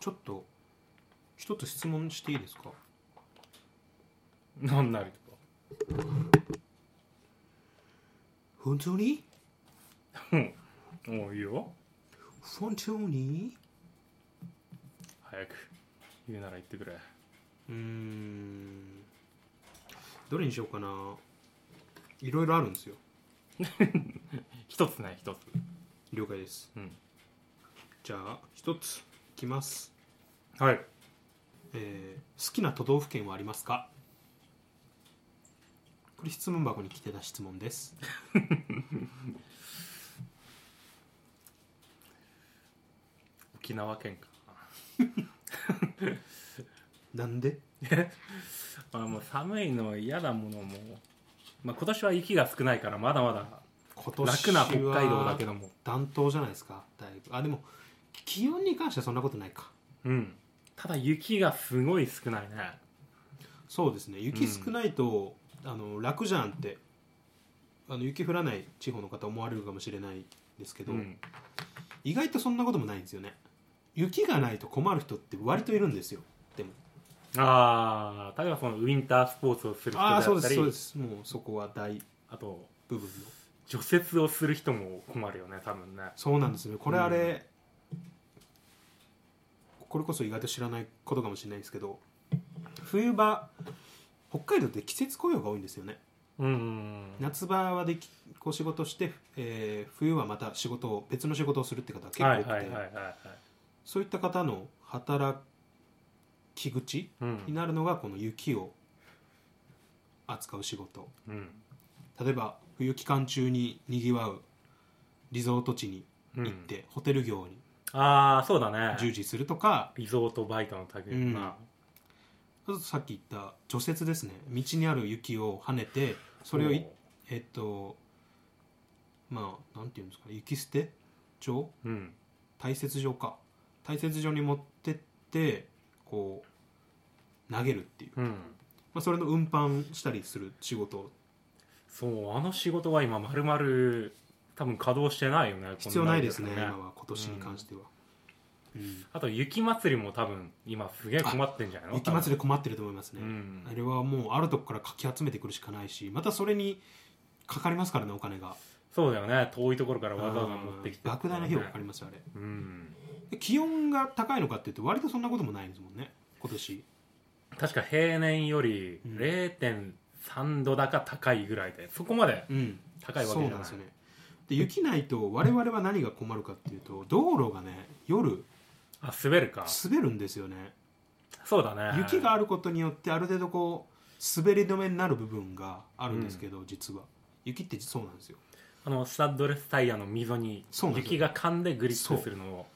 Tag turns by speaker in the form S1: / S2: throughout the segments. S1: ちょっと一つ質問していいですか
S2: なんなりとか
S1: 本当に
S2: もういいよ
S1: 本当に
S2: 早く言うなら言ってくれ
S1: うーんどれにしようかないろいろあるんですよ
S2: 一つない一つ
S1: 了解です、
S2: うん
S1: じゃあ一ついきます、
S2: はい
S1: えー好きな都道府県はありますかこれ質問箱に来てた質問です
S2: 沖縄県か
S1: なんで
S2: あもう寒いの嫌だものも、まあ、今年は雪が少ないからまだまだ
S1: 今
S2: 楽な北海道だけども
S1: 暖冬じゃないですかだいぶあでも気温に関してはそんなことないか
S2: うんただ雪がすごい少ないね
S1: そうですね雪少ないと、あの楽じゃんってあの雪降らない地方の方思われるかもしれないですけど、
S2: うん
S1: 意外とそんなこともないんですよね雪がないと困る人って割といるんですよでも
S2: ああ例えばそのウィンタースポーツをする人
S1: あ
S2: だ
S1: あーそう
S2: っ
S1: で
S2: た
S1: すそうで
S2: り
S1: すもうそこは大
S2: あと
S1: 部分の
S2: 除雪をする人も困るよね多分ね
S1: そうなんですねこれあれ、これこそ意外と知らないことかもしれないですけど冬場北海道って季節雇用が多いんですよね
S2: うんうんうん
S1: 夏場はできこう仕事して、えー冬はまた仕事を別の仕事をするって方が結構
S2: は
S1: 多
S2: い
S1: くて、
S2: はいはいはいはい
S1: そういった方の働き口
S2: う
S1: に
S2: ん
S1: なるのがこの雪を扱う仕事
S2: うん
S1: 例えば冬期間中ににぎわうリゾート地に
S2: うん
S1: 行って、ホテル業に
S2: ああそうだね
S1: 従事するとか、
S2: リゾートバイトの類
S1: うん
S2: まあ
S1: あとさっき言った除雪ですね道にある雪を跳ねてそれをいえっとまあなんていうんですかね雪捨て場
S2: うん
S1: 堆雪場か堆雪場に持ってってこう投げるっていう、
S2: うん
S1: まあ、それの運搬したりする仕事
S2: そうあの仕事は今まるまる多分稼働してないよね
S1: 必要ないですね
S2: こん
S1: 今
S2: なに
S1: は今年に関しては、うん
S2: あと雪祭りも多分今すげえ困ってんじゃないの
S1: 雪祭り困ってると思います
S2: り
S1: ね、
S2: うん
S1: あれはもうあるとこからかき集めてくるしかないしまたそれにかかりますからねお金が
S2: そうだよね遠いところからわざわざ持ってきて
S1: うん莫大な費用かかり
S2: る
S1: ますよあれ
S2: うん
S1: で気温が高いのかっていうと割とそんなこともないですもんね今年
S2: 確か平年より
S1: うん
S2: 0.3度だか高いぐらいでそこまで
S1: うん
S2: 高いわ
S1: そ
S2: けじ
S1: うなん
S2: ゃな
S1: で
S2: い
S1: すよねで雪ないと我々は何が困るかっていうと道路がね夜
S2: あ滑るか
S1: 滑るんですよね
S2: そうだね
S1: 雪があ
S2: る
S1: ることによってある程度こう滑り止めになる部分があるんですけど、実は雪ってそうなんですよ
S2: あのスタッドレスタイヤの溝に
S1: そうなんですよ
S2: 雪が噛んでグリップするのを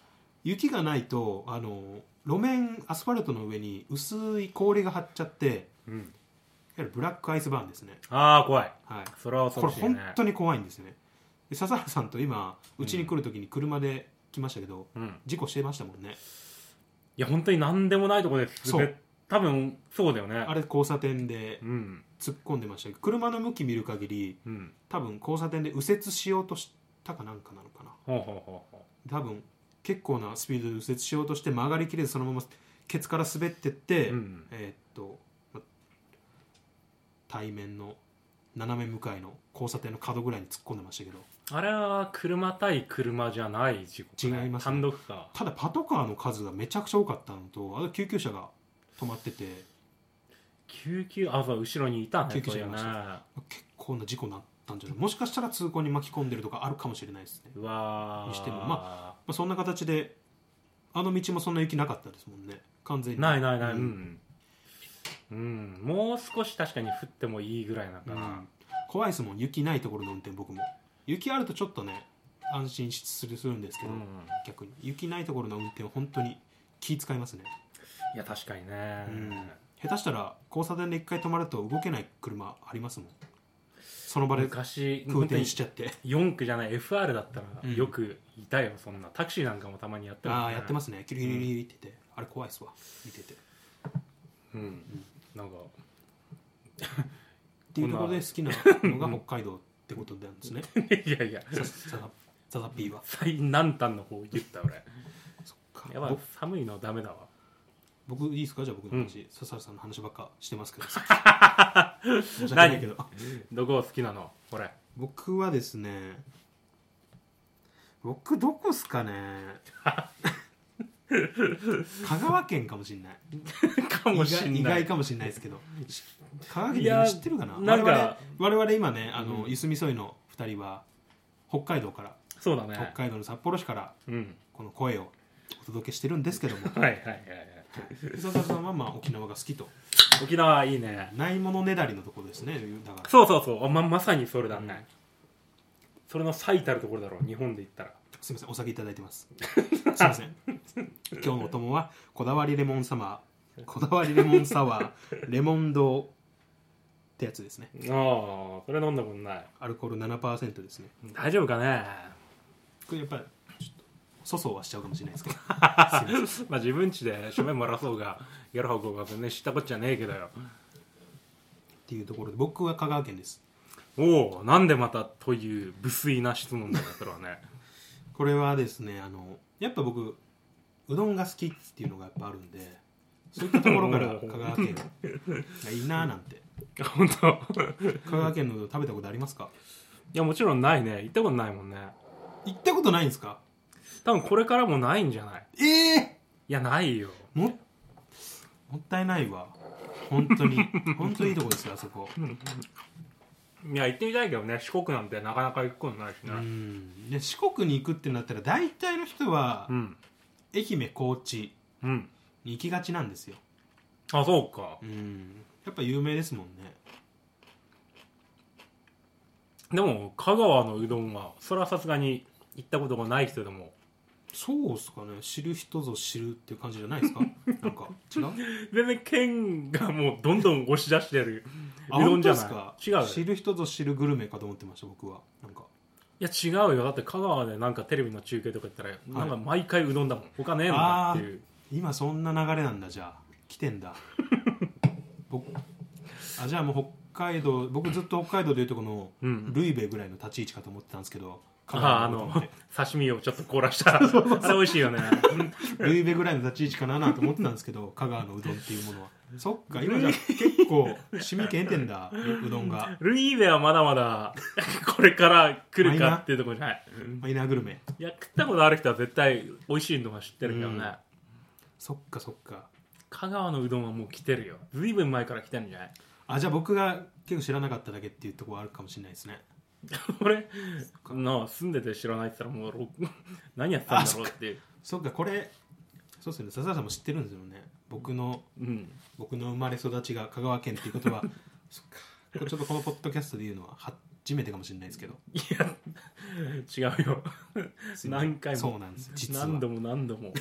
S1: 雪がないとあの路面アスファルトの上に薄い氷が張っちゃっていわ
S2: うん
S1: ゆるブラックアイスバーンですね、
S2: ああ怖い
S1: はい、
S2: それは恐
S1: こ
S2: ろ
S1: れ
S2: しいね
S1: 本当に怖いんですねで笹原さんと今うちに来る時に車で来ましたけど、
S2: うん
S1: 事故してましたもんね
S2: いや本当に何でもないところで滑っ多分そうだよね
S1: あれ交差点で
S2: うん
S1: 突っ込んでましたけど車の向き見る限り
S2: うん
S1: 多分交差点で右折しようとしたかなんかなのかな
S2: ほうほうほうほ
S1: 多分結構なスピードで右折しようとして曲がりきれずそのままケツから滑ってって、
S2: ううん
S1: えーっとま対面の斜め向かいの交差点の角ぐらいに突っ込んでましたけど
S2: あれは車対車じゃない事故かね
S1: 違いますね
S2: 単独か
S1: ただパトカーの数がめちゃくちゃ多かったのとあと救急車が止まってて
S2: 救急あそう後ろにいたね
S1: 救急車
S2: そういうね
S1: い結構な事故になったんじゃないもしかしたら通行に巻き込んでるとかあるかもしれないですね、
S2: うわー
S1: にしてもままあ、そんな形であの道もそんな雪なかったですもんね完全に
S2: ないないない
S1: うん
S2: うん、うんもう少し確かに降ってもいいぐらいなんか
S1: う
S2: な、
S1: ん怖いですもん雪ないところの運転僕も雪あるとちょっとね安心しするするんですけ
S2: うん
S1: ど、逆に雪ないところの運転は本当に気使いますね、
S2: いや確かにね、
S1: うん下手したら交差点で一回止まると動けない車ありますもんその場で
S2: 昔
S1: 空転しちゃって
S2: 4区じゃない FR だった
S1: う
S2: ら
S1: ん
S2: よくいたよそんなタクシーなんかもたまにやってるもん
S1: あ
S2: ね
S1: あやってますねキリキリキリって言って、あれ怖いっすわ見ててっ
S2: うん、なんか
S1: ていうところで好きなのが北海道ってことなんですね
S2: いやいや
S1: ザザザザピーは
S2: 最南端の方言った俺
S1: か
S2: やばい
S1: 僕
S2: 寒いのダメだわ
S1: 僕いいですかじゃあ僕の話、笹原さんの話ばっかしてます けど申し訳ないけど
S2: どこ好きなのこれ
S1: 僕はですね僕どこっす かね香川県かもしんない
S2: かもしんない
S1: 意外意外かもしれないですけどし香川県でも知ってるかない
S2: やなんか
S1: 我々我々今ねあの、
S2: うん
S1: ゆすみそいの2人は北海道から
S2: そうだ
S1: 北
S2: ね
S1: 海道の札幌市から
S2: うん
S1: この声をお届けしてるんですけども
S2: はいはいはいはい
S1: 磯田さんはまあ沖縄が好きと
S2: 沖縄いいね
S1: ないものねだりのところですねだから
S2: そうそうそうあままさにそれだね、
S1: うん
S2: それの最たるところだろう日本で言ったら
S1: すみませんお酒いただいてますすいません今日のお供はこだわりレモンサワーこだわりレモンサワーレモンドってやつですね
S2: ああそれ飲んだことない
S1: アルコール7%ですね
S2: 大丈夫かね
S1: これやっぱりちょっと粗相はしちゃうかもしれないですけどすいません
S2: まあ自分ちで正面もらそうが やる方向が全然知ったこっちゃねえけどよ
S1: っていうところで僕は香川県です
S2: おおなんでまたという無粋な質問だねそれはね
S1: これはですねあのやっぱ僕うどんが好きっていうのがやっぱあるんでそういったところから香川県がいいなーなんて
S2: 本当
S1: 香川県のうどん食べたことありますか
S2: いやもちろんないね行ったことないもんね
S1: 行ったことないんですか
S2: 多分これからもないんじゃない
S1: ええ
S2: いやないよ
S1: ももったいないわ本当 に本当にいいとこですよあそこ
S2: いや行ってみたいけどね四国なんてなかなか行くことないし
S1: う
S2: ね
S1: んで四国に行くってなったら大体の人は
S2: うん
S1: 愛媛高知
S2: うん
S1: に行きがちなんですよ
S2: あそうか
S1: うんやっぱ有名ですもんね
S2: でも香川のうどんはそれはさすがに行ったことがない人でも
S1: そうっすかね知る人ぞ知るっていう感じじゃない ですかなんか違う
S2: 全然県がもうどんどん押し出してる
S1: あ
S2: うどんじゃない
S1: 本当っす
S2: 違うよ
S1: か知る人ぞ知るグルメかと思ってました僕はなんか
S2: いや違うよだって香川でなんかテレビの中継とか言ったら、なんか毎回うどんだもん他ねえのかっていう
S1: 今そんな流れなんだじゃあ来て んだ僕あじゃあもう北海道僕ずっと北海道でいうとこの
S2: うん
S1: ルイベぐらいの立ち位置かと思ってたんですけど
S2: あ
S1: 香
S2: あ
S1: 川
S2: あ
S1: の
S2: の
S1: ことって
S2: 刺身をちょっと凍らし たあれ美味しいよね
S1: ルイベぐらいの立ち位置かななんて思ってたんですけど香川のうどんっていうものはそっか今じゃあ結構市民権得てんだううどんが
S2: ルイーベはまだまだこれから来るかっていうところじゃない
S1: マイナーグルメ
S2: いや食ったことある人は絶対美味しいのは知ってるけどね、
S1: うんそっかそっか
S2: 香川のうどんはもう来てるよずいぶん前から来てるんじゃない
S1: あじゃあ僕が結構知らなかっただけっていうところあるかもしれないですね
S2: 俺なあ住んでて知らないって言ったらもうろ 何やってたんだろうっていう
S1: そっかこれそうですよね笹原さんも知ってるんですよね僕の
S2: うん
S1: 僕の生まれ育ちが香川県っていう ことはそっかこれちょっとこのポッドキャストで言うのは初めてかもしれないですけど
S2: いや違うよ
S1: すいません
S2: 何回も
S1: そうなんです実は
S2: 何度も何度も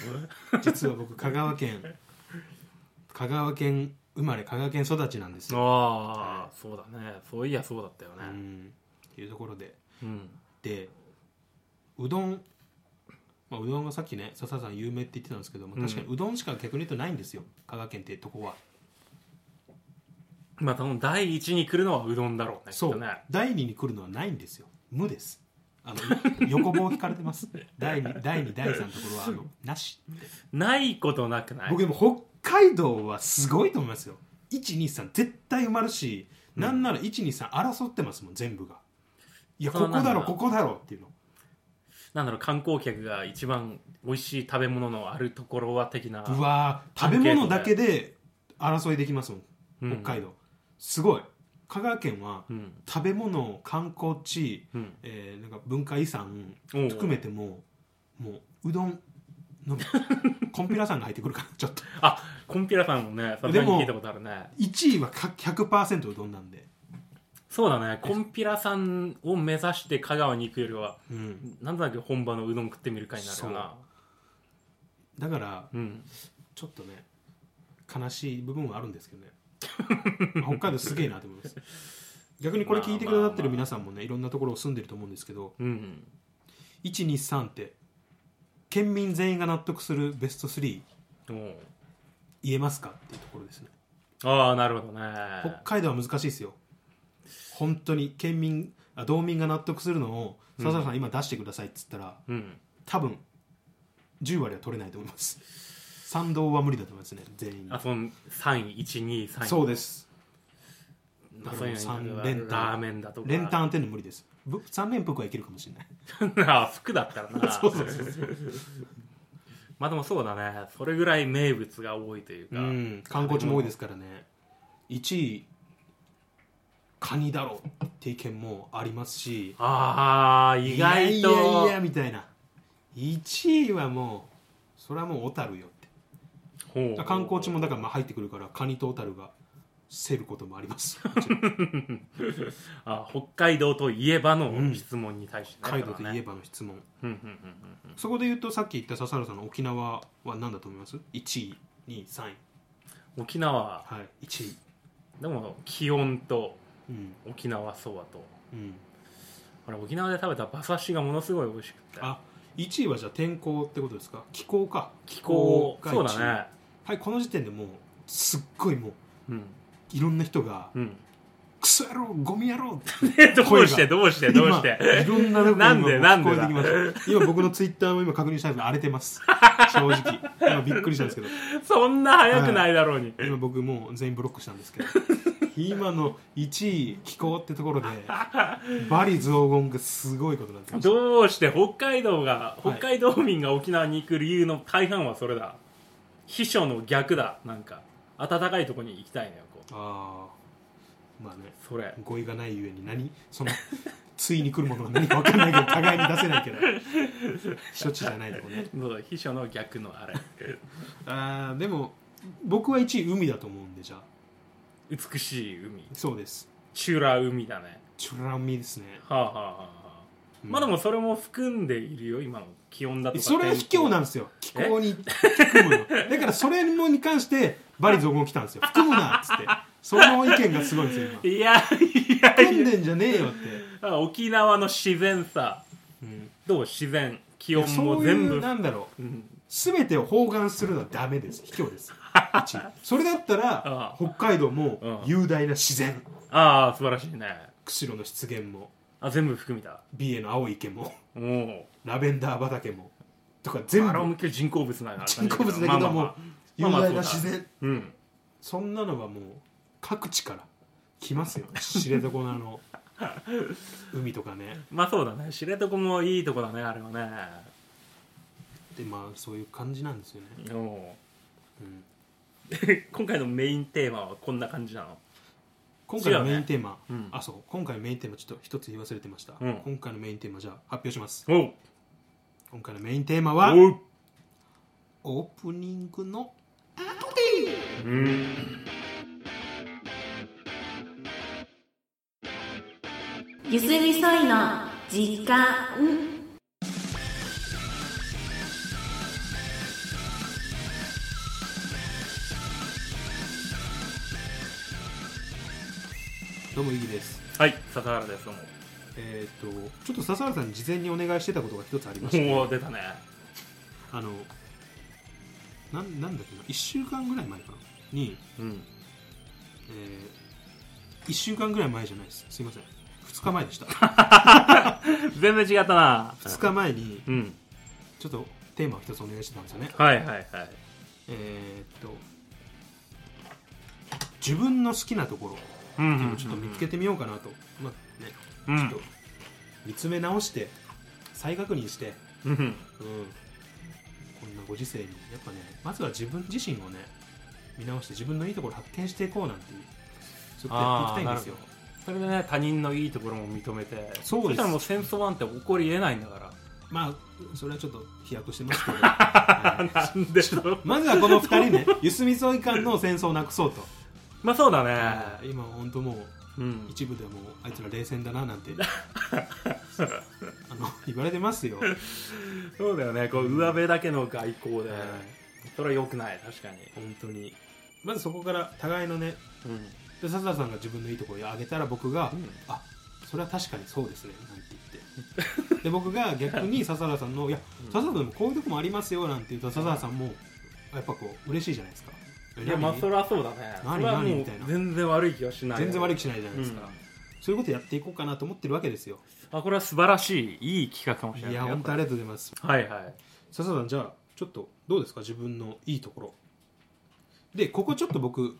S1: 実は僕香川県香川県生まれ香川県育ちなんですよ、
S2: ああそうだねそういやそうだったよ
S1: う
S2: ね
S1: ん、っていうところで
S2: うん
S1: でうどん、まあ、うどんがさっきね笹原さん有名って言ってたんですけども確かにうどんしか逆に言うとないんですよ香川県ってとこは
S2: まあその第一に来るのはうどんだろうね
S1: そ
S2: きっ
S1: う
S2: とね
S1: 第二に来るのはないんですよ無ですあの横棒引かれてます第二第二第三のところはあのなし
S2: ないことなくない
S1: 僕でも北海道はすごいと思いますよ123絶対埋まるし、なんなら123争ってますもん全部がいや
S2: そ
S1: こ
S2: うな
S1: こ
S2: んだ
S1: だろここだろっていうの
S2: なんだろう観光客が一番美味しい食べ物のあるところは的な
S1: うわー食べ物だけで争いできますも
S2: うん
S1: ん北海道、すごい香川県は
S2: うん
S1: 食べ物観光地、
S2: うん
S1: えーなんか文化遺産
S2: おう
S1: 含めてももううどんの みコンピラさんが入ってくるからちょっと
S2: あコンピラさんもねさすがに聞いたことあるね
S1: 1位はか100%うどんなんで、
S2: そうだねコンピラさんを目指して香川に行くよりは
S1: うん、
S2: なんとなく本場のうどん食ってみる会になるよな
S1: だから
S2: う、ん、
S1: ちょっとね悲しい部分はあるんですけどね 北海道すげえなと思います逆にこれ聞いてくださってる皆さんもねいろんなところを住んでると思うんですけど
S2: うん、
S1: 123って県民全員が納得するベスト3
S2: おう
S1: 言えますかっていうところですね
S2: ああなるほどね
S1: 北海道は難しいですよ本当に県民あ道民が納得するのを笹原さん今出してくださいっつったら
S2: うん
S1: 多分10割は取れないと思います賛同は無理だと思いますね全員
S2: あその3位1 2 3位
S1: そうです
S2: まあそういうの
S1: 三
S2: に
S1: 連単
S2: ラーメンだとか
S1: 連単っていうの無理ですぶ三連服はいけるかもしれない
S2: あ服だったら な
S1: そうそうそうそう
S2: まあでもそうだねそれぐらい名物が多いというか、
S1: うん観光地も多いですからね1位カニだろって意見もありますし
S2: ああ意外と
S1: いやいやいやみたいな1位はもうそれはもう小樽よって
S2: ほう
S1: だから観光地もだからまあ入ってくるからカニと小樽が競ることもあります
S2: あ北海道といえばの質問に対して
S1: 北海道といえ
S2: ば
S1: ばの質問
S2: うんうんうんうん
S1: そこで言うとさっき言った笹原さんの沖縄は何だと思います ?1 位2位3位
S2: 沖縄
S1: はい1位
S2: でも気温と
S1: うん
S2: 沖縄そばと
S1: うん
S2: 俺沖縄で食べた馬刺しがものすごい美味しくて
S1: あ1位はじゃあ天候ってことですか気候か
S2: 気候
S1: 気
S2: そう
S1: が一位
S2: だね
S1: はいこの時点でもうすっごいもう
S2: うん
S1: いろんな人が
S2: うん
S1: 「クソ野郎ゴミ野郎」って
S2: どうしてどうしてどうして
S1: 今いろんなとこ
S2: なんで
S1: 今もう聞こえ
S2: な
S1: てき
S2: んで
S1: ま
S2: だ
S1: した今僕のツイッターも今確認したんですけど荒れてます正直今びっくりしたんですけど
S2: そんな早くないだろうに、
S1: 今僕もう全員ブロックしたんですけど今の1位気候ってところでバリ雑言がすごいことになってました
S2: どうして北海道が
S1: は
S2: 北
S1: い
S2: 海道民が沖縄に行く理由の大半はそれだ秘書の逆だなんか暖かいとこに行きたいのよこう
S1: ああまあね
S2: それ
S1: 語彙がないゆえに何そのついに来るものが何か分かんないけど互いに出せないけど処置じゃないとこね
S2: そう秘書の逆のあれ
S1: あーでも僕は1位海だと思うんでじゃあ
S2: 美しい海
S1: そうです
S2: チュラ海だね
S1: チュラミですね、
S2: はあはあはあはあまあでもそれも含んでいるよ今の気温だとか
S1: それは卑怯なん
S2: ん
S1: ですよ気候に含むのだからそれもに関してバリ雑言来たんですよ含むなっつってその意見がすごいんですよ今
S2: いやいや
S1: 含んでんじゃねえよって、
S2: 沖縄の自然さ
S1: うん、
S2: どう自然気温
S1: そ
S2: も
S1: うい
S2: 全
S1: う
S2: 部
S1: なんだろう
S2: うん
S1: 全てを包含するのはダメです卑怯です一それだったら
S2: ああ
S1: 北海道
S2: うん
S1: も雄大な自然
S2: ああ素晴らしいね
S1: 釧路の湿原も
S2: あ全部含みだ
S1: 美瑛の青い池も
S2: おお
S1: ラベンダー畑もとか全
S2: あれも
S1: 部
S2: 結構人工物ながら
S1: 人工物だけども、雄
S2: まあまあ
S1: 大な
S2: そ
S1: 自
S2: うだ
S1: 然、
S2: うん
S1: そんなのはもう各地から来ますよ知床のあ の海とかね
S2: まあそうだね知床もいいとこだねあれはね
S1: でまあそういう感じなんですよね、
S2: おお
S1: うん
S2: 今回のメインテーマはこんな感じなの
S1: 今回の
S2: 違うね
S1: メインテーマ、
S2: うん
S1: あそう今回のメインテーマちょっと一つ言い忘れてました、
S2: うん
S1: 今回のメインテーマじゃあ発表します
S2: おう
S1: 今回のメインテーマは
S2: おう
S1: オープニングの
S2: うん
S3: ゆすみそいの時間
S1: どうもいいです
S2: はい笹原ですどうも
S1: えっ、とちょっと笹原さんに事前にお願いしてたことが一つありまして
S2: おお出たね
S1: あのなんなんだっけな1週間ぐらい前かなに
S2: うん
S1: え1週間ぐらい前じゃないですすいません2日前でした
S2: 全然違ったな
S1: 2日前に
S2: うん
S1: ちょっとテーマを1つお願いしてたんですよね
S2: はいはいはい
S1: えーっと自分の好きなところっ
S2: うん
S1: ていうのをちょっと見つけてみようかなと、まあね、
S2: うん
S1: ちょっと見つめ直して再確認して、
S2: うん
S1: うん、こんなご時世にやっぱねまずは自分自身をね見直して自分のいいところ発見していこうなんていうちょっとやっていきたいんですよ
S2: あーなるほそれでね他人のいいところも認めて
S1: そうです
S2: したらもう戦争なんて起こりえないんだから
S1: まあそれはちょっと飛躍して ますけど、はい
S2: なんでしょう
S1: まずはこの2人ねゆすみそい間の戦争をなくそうと
S2: まあそうだ
S1: あ
S2: ね
S1: ー今本当もう
S2: うん
S1: 一部ではもうあいつら冷戦だな なんてあの言われてますよ、はい
S2: そうだよねこう上辺だけの外交でそれは良くない確かに
S1: 本当にまずそこから互いのね
S2: うん
S1: で笹田さんが自分のいいところを挙げたら僕が、
S2: うん
S1: あそれは確かにそうですねなんて言ってで僕が逆に笹田さんの「いや
S2: うん
S1: 笹田さんでもこういうとこもありますよ」なんて言うと笹田さんもやっぱこう嬉しいじゃないですか
S2: いやまあ
S1: 何
S2: そりゃそうだね
S1: 何
S2: それは
S1: 何
S2: も
S1: み
S2: う
S1: たいな
S2: 全然悪い気はしない
S1: 全然悪い気
S2: 気
S1: しないじゃないですか、
S2: うん
S1: そういうことやっていこうかなと思ってるわけですよ
S2: あこれは素晴らしいいい企画かもしれない
S1: いや本当ありがとうございます
S2: はいはい
S1: 笹田さんじゃあちょっとどうですか自分のいいところでここちょっと僕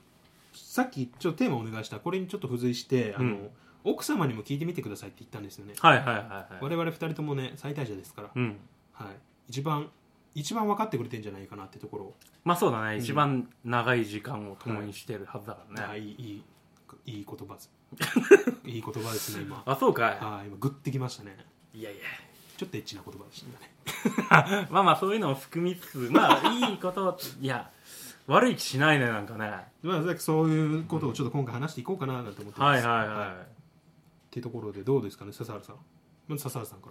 S1: さっきちょっとテーマお願いしたこれにちょっと付随してあの、
S2: うん
S1: 奥様にも聞いてみてくださいって言ったんですよね
S2: はいはいはいはい
S1: 我々二人ともね最大者ですから、
S2: うん
S1: はい、一番一番分かってくれてんじゃないかなってところを
S2: まあそうだ
S1: う
S2: ね、
S1: ん
S2: 一番長い時間を共にしてるはずだからね、
S1: あいいいいいい言葉 ですいい言葉ですね今
S2: あそうか
S1: あ今グッてきましたね
S2: いいやい
S1: ちょっとエッチな言葉でしたね
S2: やまあまあそういうのを含みつつまあいいこといや悪い気しないねなんかね
S1: まあ、そういうことをちょっと今回話していこうかななんて思ってま
S2: はいはい
S1: す、
S2: はい、
S1: っていうところでどうですかね笹原さんまず笹原さんか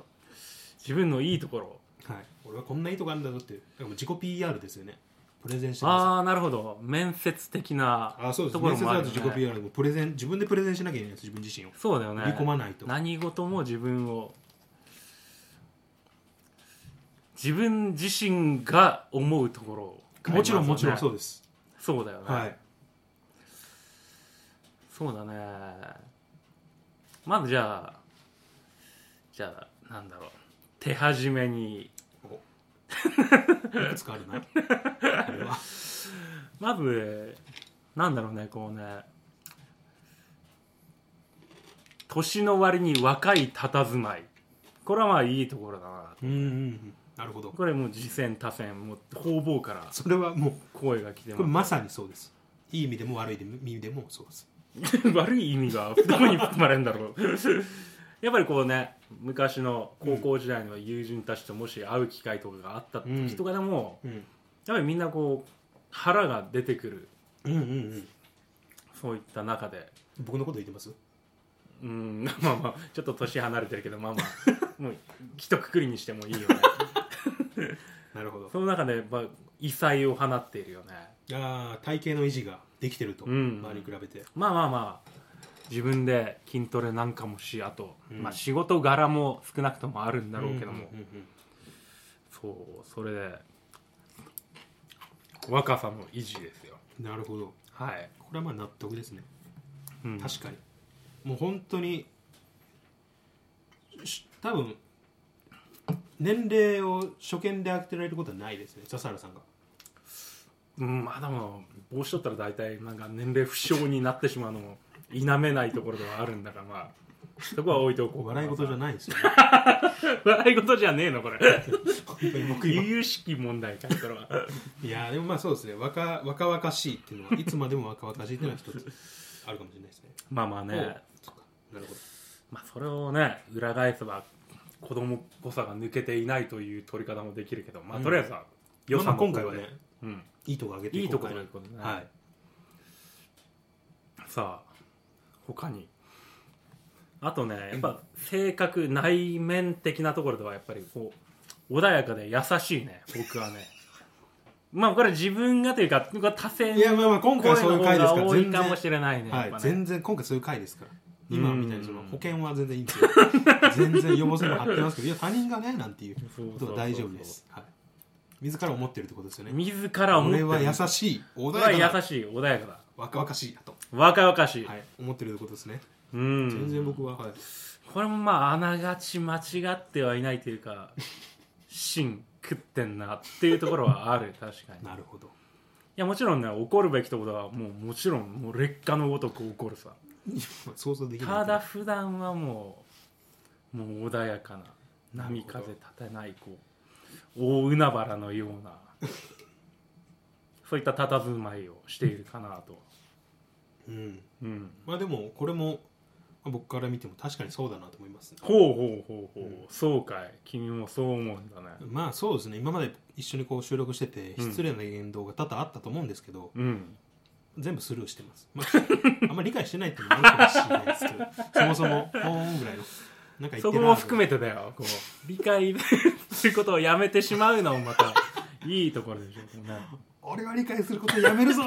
S2: 自分のいいところ
S1: ら、はい、俺はこんないいとこあるんだぞっていうだからもう自己 PR ですよねプレゼンしてください
S2: ああなるほど面接的な
S1: ああそうです
S2: とこ
S1: 面
S2: ろ
S1: 接
S2: もあ
S1: だ
S2: る、
S1: と
S2: ね、
S1: 自己 PR でもプレゼン自分でプレゼンしなきゃいけないです自分自身を
S2: そうだよね
S1: 振り込まないと
S2: 何事も自分を自分自身が思うところを考え
S1: もちろんも
S2: ます
S1: ち
S2: よ
S1: ろ
S2: ね
S1: んそうです、
S2: そうだよね、
S1: はい
S2: そうだねまずじゃあじゃあなんだろう手始めに
S1: いくつかあるなこれは
S2: まずなんだろうねこうね年の割に若い佇まいこれはまあいいところだな
S1: うんうんうんなるほど
S2: これもう次戦他戦もう方々から
S1: それはも
S2: 声が来て
S1: うこれ
S2: ま
S1: ますさにそうですいい意味でも悪い意味でもそうです、
S2: 悪い意味が どこに含まれるんだろう やっぱりこうね昔の高校時代の友人たちともし会う機会とかがあった時とかでも、
S1: うん、
S2: やっぱりみんなこう腹が出てくる
S1: うんうんうん
S2: そういった中で
S1: 僕のこと言ってます
S2: うんまあまあちょっと年離れてるけどまあ まあもう一括りにしてもいいよね
S1: なるほど
S2: その中で、まあ、異彩を放っているよね
S1: あー体型の維持ができてると、
S2: うん
S1: 周りに比べて
S2: まあまあまあ自分で筋トレなんかもしあと、
S1: うん
S2: まあ、仕事柄も少なくともあるんだろうけど
S1: うんう
S2: も、
S1: んうんうん
S2: そうそれで若さの維持ですよ
S1: なるほど
S2: はい、
S1: これはまあ納得ですね、
S2: うん、
S1: 確かにもう本当にし多分年齢を初見で当てられることはないですね笹原さんが
S2: うんまあでも帽子取ったら大体なんか年齢不詳になってしまうのも否めないところではあるんだからま あそこは置いておこう
S1: 笑い事じゃ
S2: な
S1: ないですよ、ね、
S2: い笑い事じゃねえのこれ
S1: 本当に僕今
S2: 由々しき問題かこれは
S1: いやーでもまあそうですね若若々しいっていうのはいつまでも若々しいっていうのは一つあるかもしれないですね
S2: まあまあね
S1: おそっかなるほど
S2: まあそれをね裏返せば子供っぽさが抜けていないという取り方もできるけどまあとりあえずは
S1: 予
S2: 良さ
S1: 算
S2: の
S1: 今回はね
S2: 方で、うん、
S1: いいとこ上げて
S2: いいとこ
S1: こう
S2: ろ
S1: か
S2: と
S1: な
S2: いうことでね、
S1: はい
S2: さあ他にあとねやっぱ性格内面的なところではやっぱりこう穏やかで優しいね僕はね まあこれ自分がというかこれは多選
S1: いやまあまあ今回はそういう回ですから
S2: 多い
S1: 全
S2: かも
S1: 然
S2: しれないね,、
S1: はい、
S2: やっぱね
S1: 全然今回そういう回ですから今みたいにその
S2: うん
S1: 保険は全然いいんですよ全然予防線も張ってますけどいや他人がねなんていう
S2: そう
S1: こ
S2: そう
S1: と
S2: そう
S1: は大丈夫ですはい自ら思ってるってことですよね
S2: 自ら思って
S1: 俺
S2: る
S1: は優しい
S2: こ
S1: 穏
S2: れは
S1: やか
S2: 優
S1: な
S2: しい穏やかだ
S1: 若々しいやと、
S2: 若々しい、
S1: はい、思ってるってことですね
S2: うん
S1: 全然僕は、はい、
S2: これもまああながち間違ってはいないというか 芯食ってんなっていうところは ある確かに
S1: なるほど
S2: いやもちろんね怒るべきところはもうもちろんもう劣化のごとく怒るさ
S1: 想像できない
S2: ただ普段はもうもう穏やかな波風立てないこう大海原のようなそういった佇まいをしているかなと
S1: うん
S2: うん
S1: まあでもこれもまあ僕から見ても確かにそうだなと思いますね
S2: ほうほうほうほう、そうかい君もそう思うんだね
S1: まあそうですね今まで一緒にこう収録してて
S2: うん
S1: 失礼な言動が多々あったと思うんですけど、
S2: うん
S1: 全部スルーしてます、 まあ、あんまり理解してないっていうのもあるかもしれないですけどそもそもほーんぐらいのなんか言って
S2: そこも含めてだよこう理解することをやめてしまうのもまたいいところでしょうね
S1: 俺は理解することやめるぞい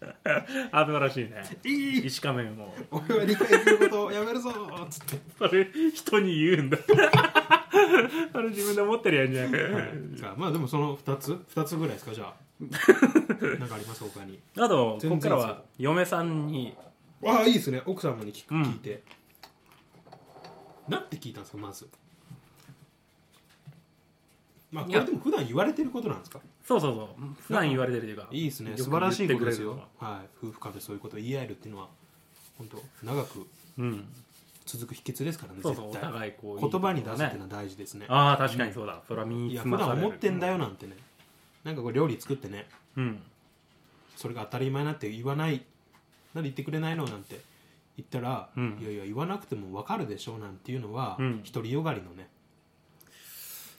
S2: あ素晴らしいね
S1: いいい
S2: 石仮面も
S1: 俺は理解することをやめるぞつって
S2: それ人に言うんだそれ自分で思ってるやんじゃない、
S1: じゃあまあでもその2つ2つぐらいですかじ ゃあなんかあります他に
S2: あとこ
S1: 全然
S2: こからは嫁さんに
S1: ああいいですね奥様に聞く
S2: うん
S1: 聞いて、なんて聞いたんですかまずまあこ
S2: いや
S1: れでも普段言われてることなんですか
S2: そうそうそう普段言われてるというか
S1: いいですね
S2: よく
S1: 素晴らしいことです
S2: 言っ
S1: よ
S2: て、
S1: はい、夫婦間でそういうことを言い合えるっていうのは本当長く
S2: くれるのはうん
S1: 続く秘訣ですからね
S2: そうそうお
S1: 絶対
S2: 互いこう
S1: 言葉に出すっていう
S2: ね
S1: のは大事ですね
S2: ああ確かにそうだ、それは身に
S1: いや
S2: つ
S1: 普
S2: まさ
S1: 段
S2: れる
S1: 思ってんだよなんてねなんかこう料理作ってね
S2: うん
S1: それが当たり前なんて言わないなんで言ってくれないのなんて言ったら、
S2: うん
S1: いやいや言わなくても分かるでしょうなんていうのは、
S2: うん
S1: 独りよがりのね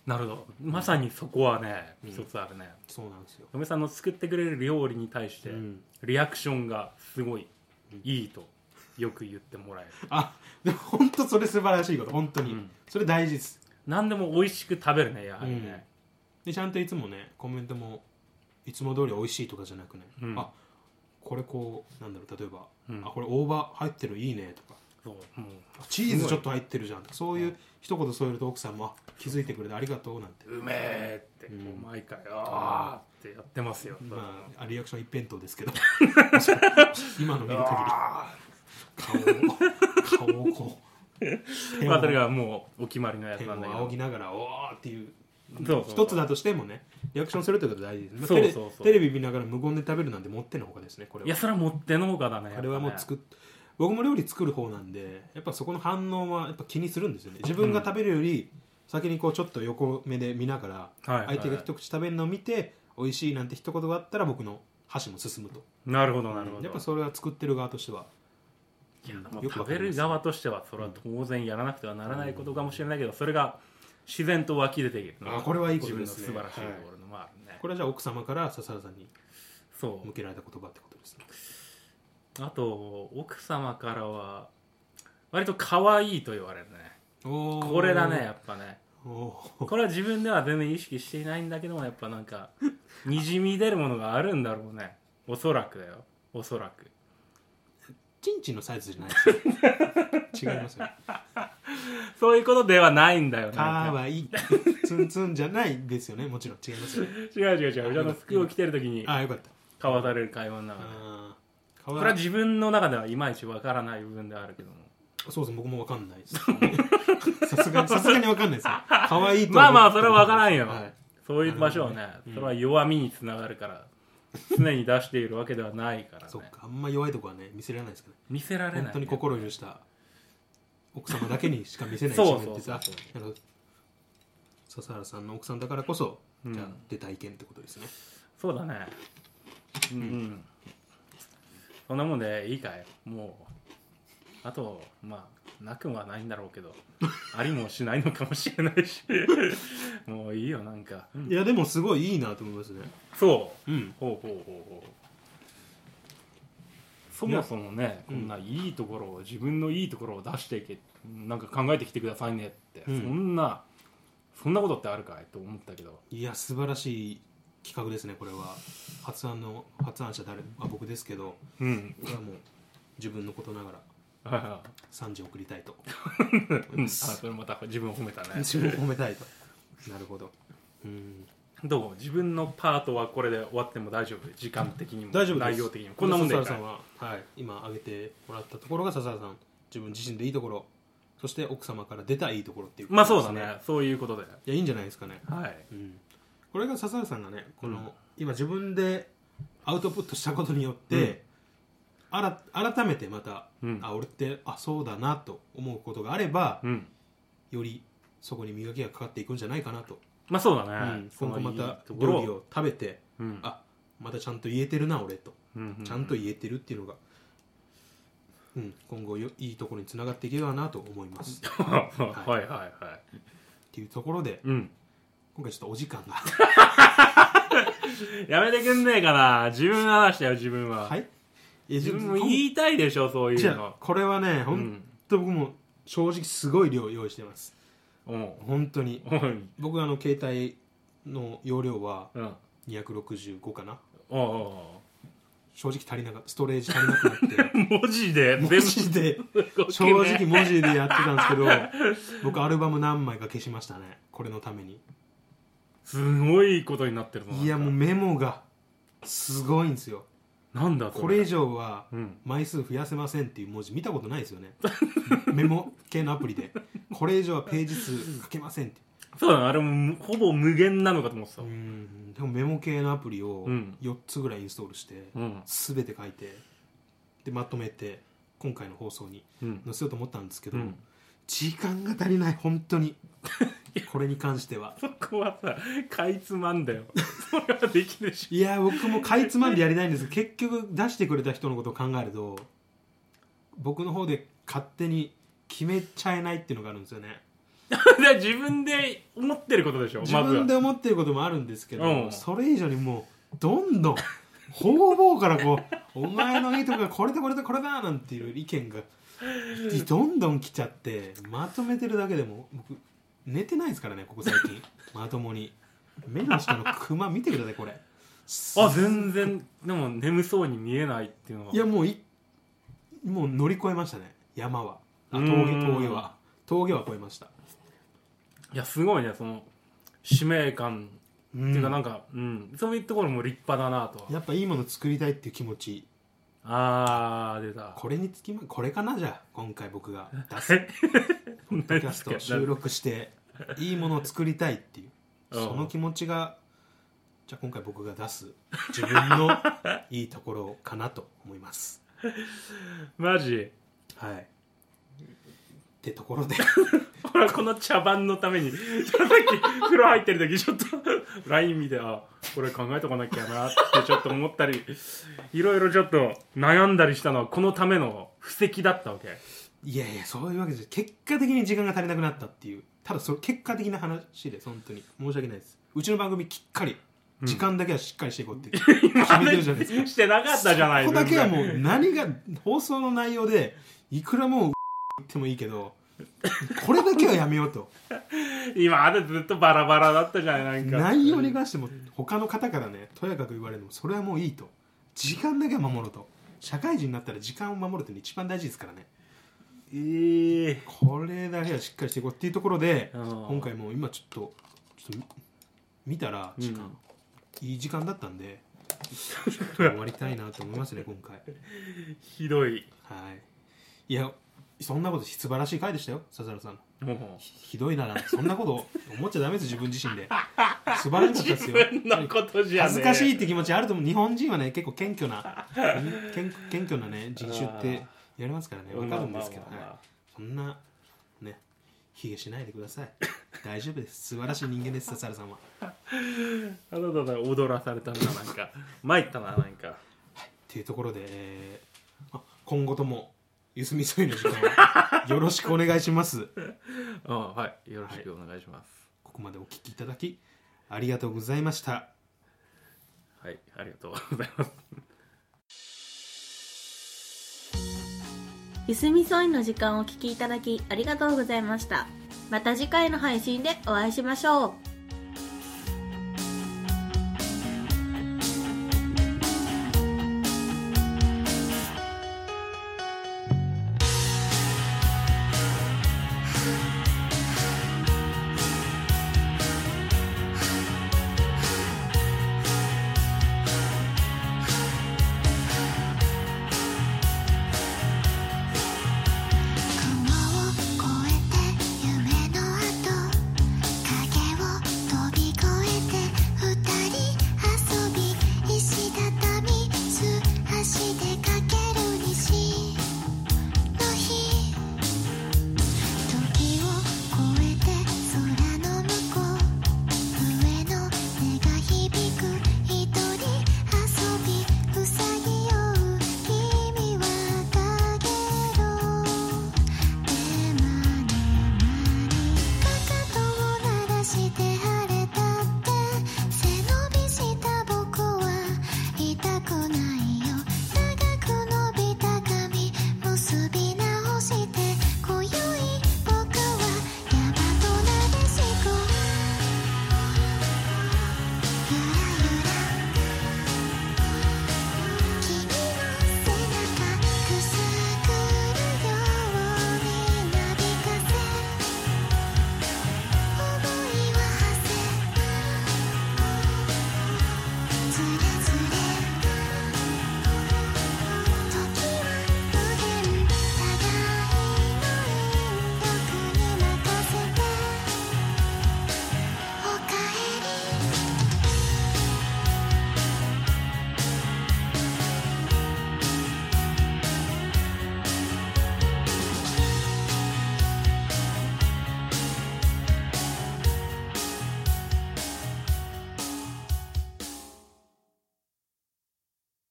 S2: なるほどまさにそこはね、
S1: うん
S2: 一つあるね
S1: そうなんですよ、
S2: 嫁さんの作ってくれる料理に対して、
S1: うん
S2: リアクションがすごい
S1: うん
S2: いいとよく言ってもらえる
S1: あでも本当それ素晴らしいこと本当に、
S2: うん
S1: それ大事です
S2: 何でも美味しく食べるねやはりね、
S1: でちゃんといつもねコメントもいつも通り美味しいとかじゃなくね、
S2: うん
S1: あこれこうなんだろう例えば、
S2: うん
S1: あこれ大葉入ってるいいねとか
S2: そうも
S1: あチーズちょっと入ってるじゃんとかそういう、一言添えると奥さんもあ気づいてくれてありがとうなんて
S2: ううめえって、
S1: うん
S2: もう毎回あーってやってますよ、
S1: まあ、リアクション一辺倒ですけど 今の見る限り顔を顔をこ う
S2: まあそれがもうお決まりのやつ
S1: 手
S2: なんだけ
S1: を仰
S2: ど
S1: ぎながら「おーっていう
S2: そうそう
S1: 一つだとしてもねリアクションするってことが大事です、まあ
S2: そう
S1: テレ
S2: そうそう
S1: テレビ見ながら無言で食べるなんてもってのほかですねこれ
S2: いや
S1: は
S2: それは持ってのほかだね
S1: あれはもう
S2: っ
S1: 作っ僕も料理作る方なんでやっぱそこの反応はやっぱ気にするんですよね自分が食べるより先にこうちょっと横目で見ながら
S2: はいはいはい
S1: 相手が一口食べるのを見て美味しいなんて一言があったら僕の箸も進むと
S2: なるほどなるほど、
S1: やっぱそれは作ってる側としては、
S2: いや
S1: よ
S2: もう
S1: くわ
S2: 食
S1: か
S2: べ
S1: りま
S2: る
S1: す
S2: 側としてはそれは当然やらなくてはならないことかもしれないけど、それが自然と湧き出ている
S1: あこれはいいことで
S2: 自
S1: すね
S2: 分の素晴らしいところのもあるね、
S1: これはじゃあ奥様から笹原さんに
S2: そ
S1: 向けられた言葉ってことですね
S2: うあと奥様からは割と可愛いと言われるね
S1: おー
S2: これだねやっぱね
S1: おー
S2: これは自分では全然意識していないんだけどもやっぱなんかにじみ出るものがあるんだろうねおそらくだよおそらく
S1: チンチンのサイズじゃないですよ違いますよ
S2: そういうことではないんだよね
S1: かわいいツンツンじゃないですよねもちろん違いますよね
S2: 違う違う違ううちの服を着てる時に
S1: ああよかった
S2: 交わされる会話の中で
S1: あーか
S2: こ
S1: わ
S2: れはい
S1: い
S2: 自分の中ではいまいちわからない部分ではあるけども
S1: そうそう僕もわかんないです さすがにさすがにわかんないですよかわいいと思って
S2: まあまあそれはわからんよ、
S1: はい
S2: そういう場所はね
S1: うん
S2: それは弱みにつながるから、常に出しているわけではないから
S1: そっ
S2: ね
S1: かあんま弱いとこはね見せられないですから
S2: 見せられない、
S1: 本
S2: ね、
S1: 当に心を許した奥様だけにしか見せない一
S2: そう
S1: 面ってさ
S2: そう
S1: なんか笹原さんの奥さんだからこそ、
S2: うん
S1: じゃあ出た意見ってことですね
S2: そうだねうん、うん、そんなもんでいいかいもうあとまあなくもはないんだろうけ どありもしないのかもしれない しもういいよなんか、うん
S1: いやでもすごいいいなと思いますね
S2: そう
S1: うん
S2: ほうほうほうほうそもそもねこんないいところを、自分のいいところを出していけなんか考えてきてくださいねって、
S1: うん
S2: そんなそんなことってあるかいと思ったけど
S1: いや素晴らしい企画ですねこれは発案の発案者誰あ僕ですけど
S2: うん
S1: これはもう自分のことながら
S2: はいはい
S1: 3時送りたいと
S2: うんあそれまた自分を褒めたね
S1: 自分を褒めたいとなるほどうん
S2: どう自分のパートはこれで終わっても大丈夫時間的にも
S1: 大丈夫です
S2: 内容的にもこんなもんでいい
S1: 笹
S2: かい
S1: 原さんは、はい、今挙げてもらったところが笹原さん自分自身でいいところそして奥様から出たいいところっていうこと
S2: まあそう
S1: で
S2: だ
S1: す
S2: ねそういうことで
S1: いやいいんじゃないですかね、
S2: はい
S1: うん、これが笹原さんがねこの、
S2: うん
S1: 今自分でアウトプットしたことによって、
S2: うん
S1: あら改めてまた、
S2: うん
S1: あ俺ってあそうだなと思うことがあれば、
S2: うん
S1: よりそこに磨きがかかっていくんじゃないかなと、
S2: まあそうだ
S1: う
S2: ね、
S1: ん
S2: そ
S1: 今後ま
S2: のいい
S1: た
S2: ところ
S1: 料理を食べて
S2: うん
S1: あまたちゃんと言えてるな俺と、
S2: うんうん
S1: ちゃんと言えてるっていうのが、うん、今後よいいところにつながっていければなと思います、っ
S2: はいはいはい。
S1: ていうところで
S2: うん。
S1: 今回ちょっとお時間 が
S2: やめてくんねえかな。自分話したよ、自分は。
S1: はいいや
S2: 自分も
S1: 今
S2: 言いたいでしょ、そうい
S1: じ
S2: う
S1: ゃあ
S2: の。
S1: これはね
S2: う
S1: 本
S2: ん。
S1: 当僕も正直すごい量用意してます
S2: うん。
S1: 本当に
S2: うん。
S1: 僕あの携帯の容量は
S2: うん。うん
S1: 265かな
S2: うん
S1: 正直足りなかったストレージ足りなくなって
S2: 文字で、
S1: マジで
S2: 全部
S1: 正直。文字でやってたんですけど僕アルバム何枚か消しましたねこれのために
S2: すごいことになってるの
S1: いやもうメモがすごいんですよ
S2: なんだ
S1: これ以。上は
S2: うん。
S1: 枚数増やせませんっていう文字見た ことないですよねメモ系のアプリでこれ以上はページ数書けませんって
S2: そうだねあれもほぼ無限なのかと思ってた、
S1: うんでもメモ系のアプリを
S2: うん
S1: 4つぐらいインストールして、
S2: うん
S1: すべ全て書いてでまとめて今回の放送に
S2: うん
S1: 載せようと思ったんですけど、
S2: うん
S1: 時間が足りない本当にこれに関しては
S2: そこはさかいつまんだよそれはできるし
S1: いや僕もかいつまんでやりたいんですけど結局出してくれた人のことを考えると僕の方で勝手に決めちゃえないっていうのがあるんですよね
S2: だから 自分で思ってることでしょ
S1: 自
S2: まずは
S1: 分で思ってることもあるんですけど、
S2: うん
S1: それ以上にもうどんどん方々からこう「お前のいいとこがこれだこれだこれだ」なんていう意見がどんどん来ちゃってまとめてるだけでも僕寝てないですからねここ最近まともに目の下のクマ見てくださいこれ
S2: あ全然でも眠そうに見えないっていうのはい
S1: やもういもう乗り越えましたね山はあ峠
S2: うん
S1: 峠は峠は越えました
S2: いやすごいねその使命感
S1: う
S2: っていうか
S1: ん
S2: なんか、うんそういうところも立派だなと
S1: やっぱいいもの作りたいっていう気持ち
S2: あー出た
S1: これにつきまこれかなじゃあ今回僕が出す
S2: え
S1: ポッドキャスト
S2: 何
S1: を
S2: ですか
S1: 収録していいものを作りたいっていう
S2: うん
S1: その気持ちがじゃあ今回僕が出す自分 のいいところかなと思います
S2: マジ
S1: はいってところで
S2: ほらこの茶番のためにさっき風呂入ってる時ちょっと LINE 見てあこれ考えとかなきゃなってちょっと思ったりいろいろちょっと悩んだりしたのはこのための布石だったわけ
S1: いやいやそういうわけじゃ結果的に時間が足りなくなったっていうただそれ結果的な話です本当に申し訳ないですうちの番組きっかり
S2: うん
S1: 時間だけはしっかりしていこうって決 めてるじゃないですか
S2: してなかったじゃない
S1: そこだけは
S2: 全
S1: も
S2: 然
S1: う何が放送の内容でいくらもう 言ってもいいけどこれだけはやめよう と
S2: 今あれずっとバラバラだったじゃないなんか
S1: 内容に関しても他の方からねとやかく言われるのもそれはもういいと時間だけは守ろうと社会人になったら時間を守るっていうのが一番大事ですからね
S2: えー
S1: これだけはしっかりしていこうっていうところで
S2: うん
S1: 今回もう今ちょっとちょっと見たら時間、いい時間だったんで終わりたいなと思い ますね今回
S2: ひどい
S1: はいいやそんなこと素晴らしい回でしたよ笹原さん
S2: もう
S1: ひどいななんてそんなこと思っちゃダメです自分自身で素晴らしかったです
S2: 自
S1: よ
S2: 分のことじゃねえ
S1: 恥ずかしいって気持ちあると思う日本人はね結構謙虚 な謙謙虚なね人種ってやりますからねわかるんですけど、
S2: まあまあまあまあ
S1: はいそんなね卑下しないでください大丈夫です素晴らしい人間です笹原さんは
S2: ただただ踊らされたななんか参ったななん か
S1: っていうところで、えーあ今後ともゆすみそいの時間をよろしくお願いします
S2: うんはいよろしくお願いします
S1: ここまでお聞きいただきありがとうございました
S2: はい、ありがとうございます
S3: ゆすみそいの時間をお聞きいただきありがとうございましたまた次回の配信でお会いしましょう